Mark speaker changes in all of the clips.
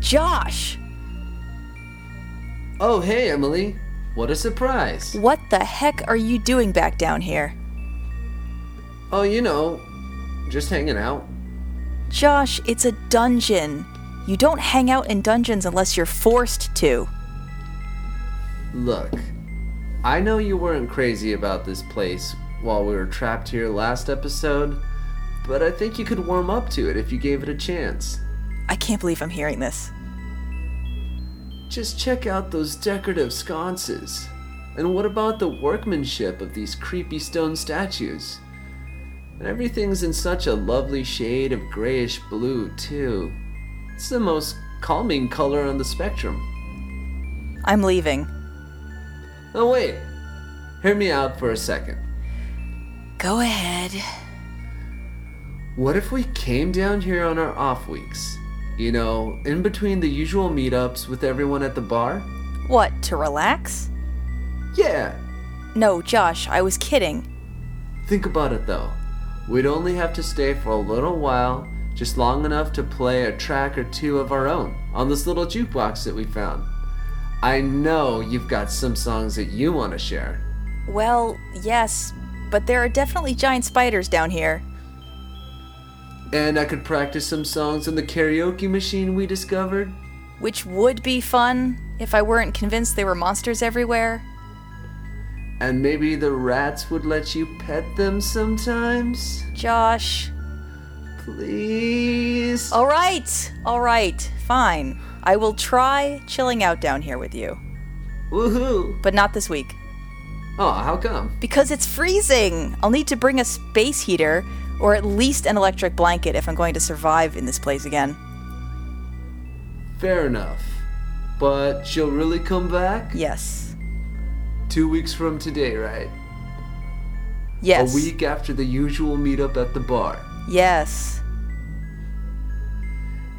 Speaker 1: Josh!
Speaker 2: Oh, hey, Emily. What a surprise.
Speaker 1: What the heck are you doing back down here?
Speaker 2: Oh, you know, just hanging out.
Speaker 1: Josh, it's a dungeon. You don't hang out in dungeons unless you're forced to.
Speaker 2: Look, I know you weren't crazy about this place while we were trapped here last episode, but I think you could warm up to it if you gave it a chance.
Speaker 1: I can't believe I'm hearing this.
Speaker 2: Just check out those decorative sconces. And what about the workmanship of these creepy stone statues? And everything's in such a lovely shade of grayish blue, too. It's the most calming color on the spectrum.
Speaker 1: I'm leaving.
Speaker 2: Oh, wait. Hear me out for a second.
Speaker 1: Go ahead.
Speaker 2: What if we came down here on our off weeks? You know, in between the usual meetups with everyone at the bar?
Speaker 1: What, to relax?
Speaker 2: Yeah,
Speaker 1: No, Josh, I was kidding.
Speaker 2: Think about it though. We'd only have to stay for a little while, just long enough to play a track or two of our own on this little jukebox that we found. I know you've got some songs that you want to share.
Speaker 1: Well, yes, but there are definitely giant spiders down here.
Speaker 2: And I could practice some songs on the karaoke machine we discovered.
Speaker 1: Which would be fun if I weren't convinced there were monsters everywhere.
Speaker 2: And maybe the rats would let you pet them sometimes?
Speaker 1: Josh.
Speaker 2: Please?
Speaker 1: All right, all right, fine. I will try chilling out down here with you,
Speaker 2: Woohoo!
Speaker 1: but not this week.
Speaker 2: Oh, how come?
Speaker 1: Because it's freezing! I'll need to bring a space heater, or at least an electric blanket if I'm going to survive in this place again.
Speaker 2: Fair enough. But she'll really come back?
Speaker 1: Yes.
Speaker 2: Two weeks from today, right?
Speaker 1: Yes.
Speaker 2: A week after the usual meetup at the bar.
Speaker 1: Yes.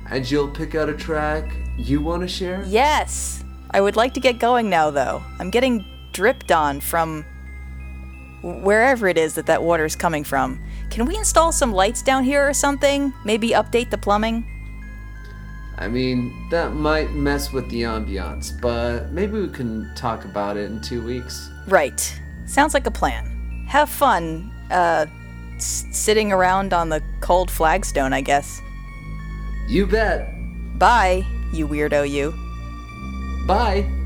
Speaker 2: And you'll pick out a track you want to share?
Speaker 1: Yes! I would like to get going now, though. I'm getting dripped on from wherever it is that that water's coming from. Can we install some lights down here or something? Maybe update the plumbing?
Speaker 2: I mean, that might mess with the ambiance, but maybe we can talk about it in two weeks.
Speaker 1: Right. Sounds like a plan. Have fun, uh, s- sitting around on the cold flagstone, I guess.
Speaker 2: You bet.
Speaker 1: Bye, you weirdo, you.
Speaker 2: Bye.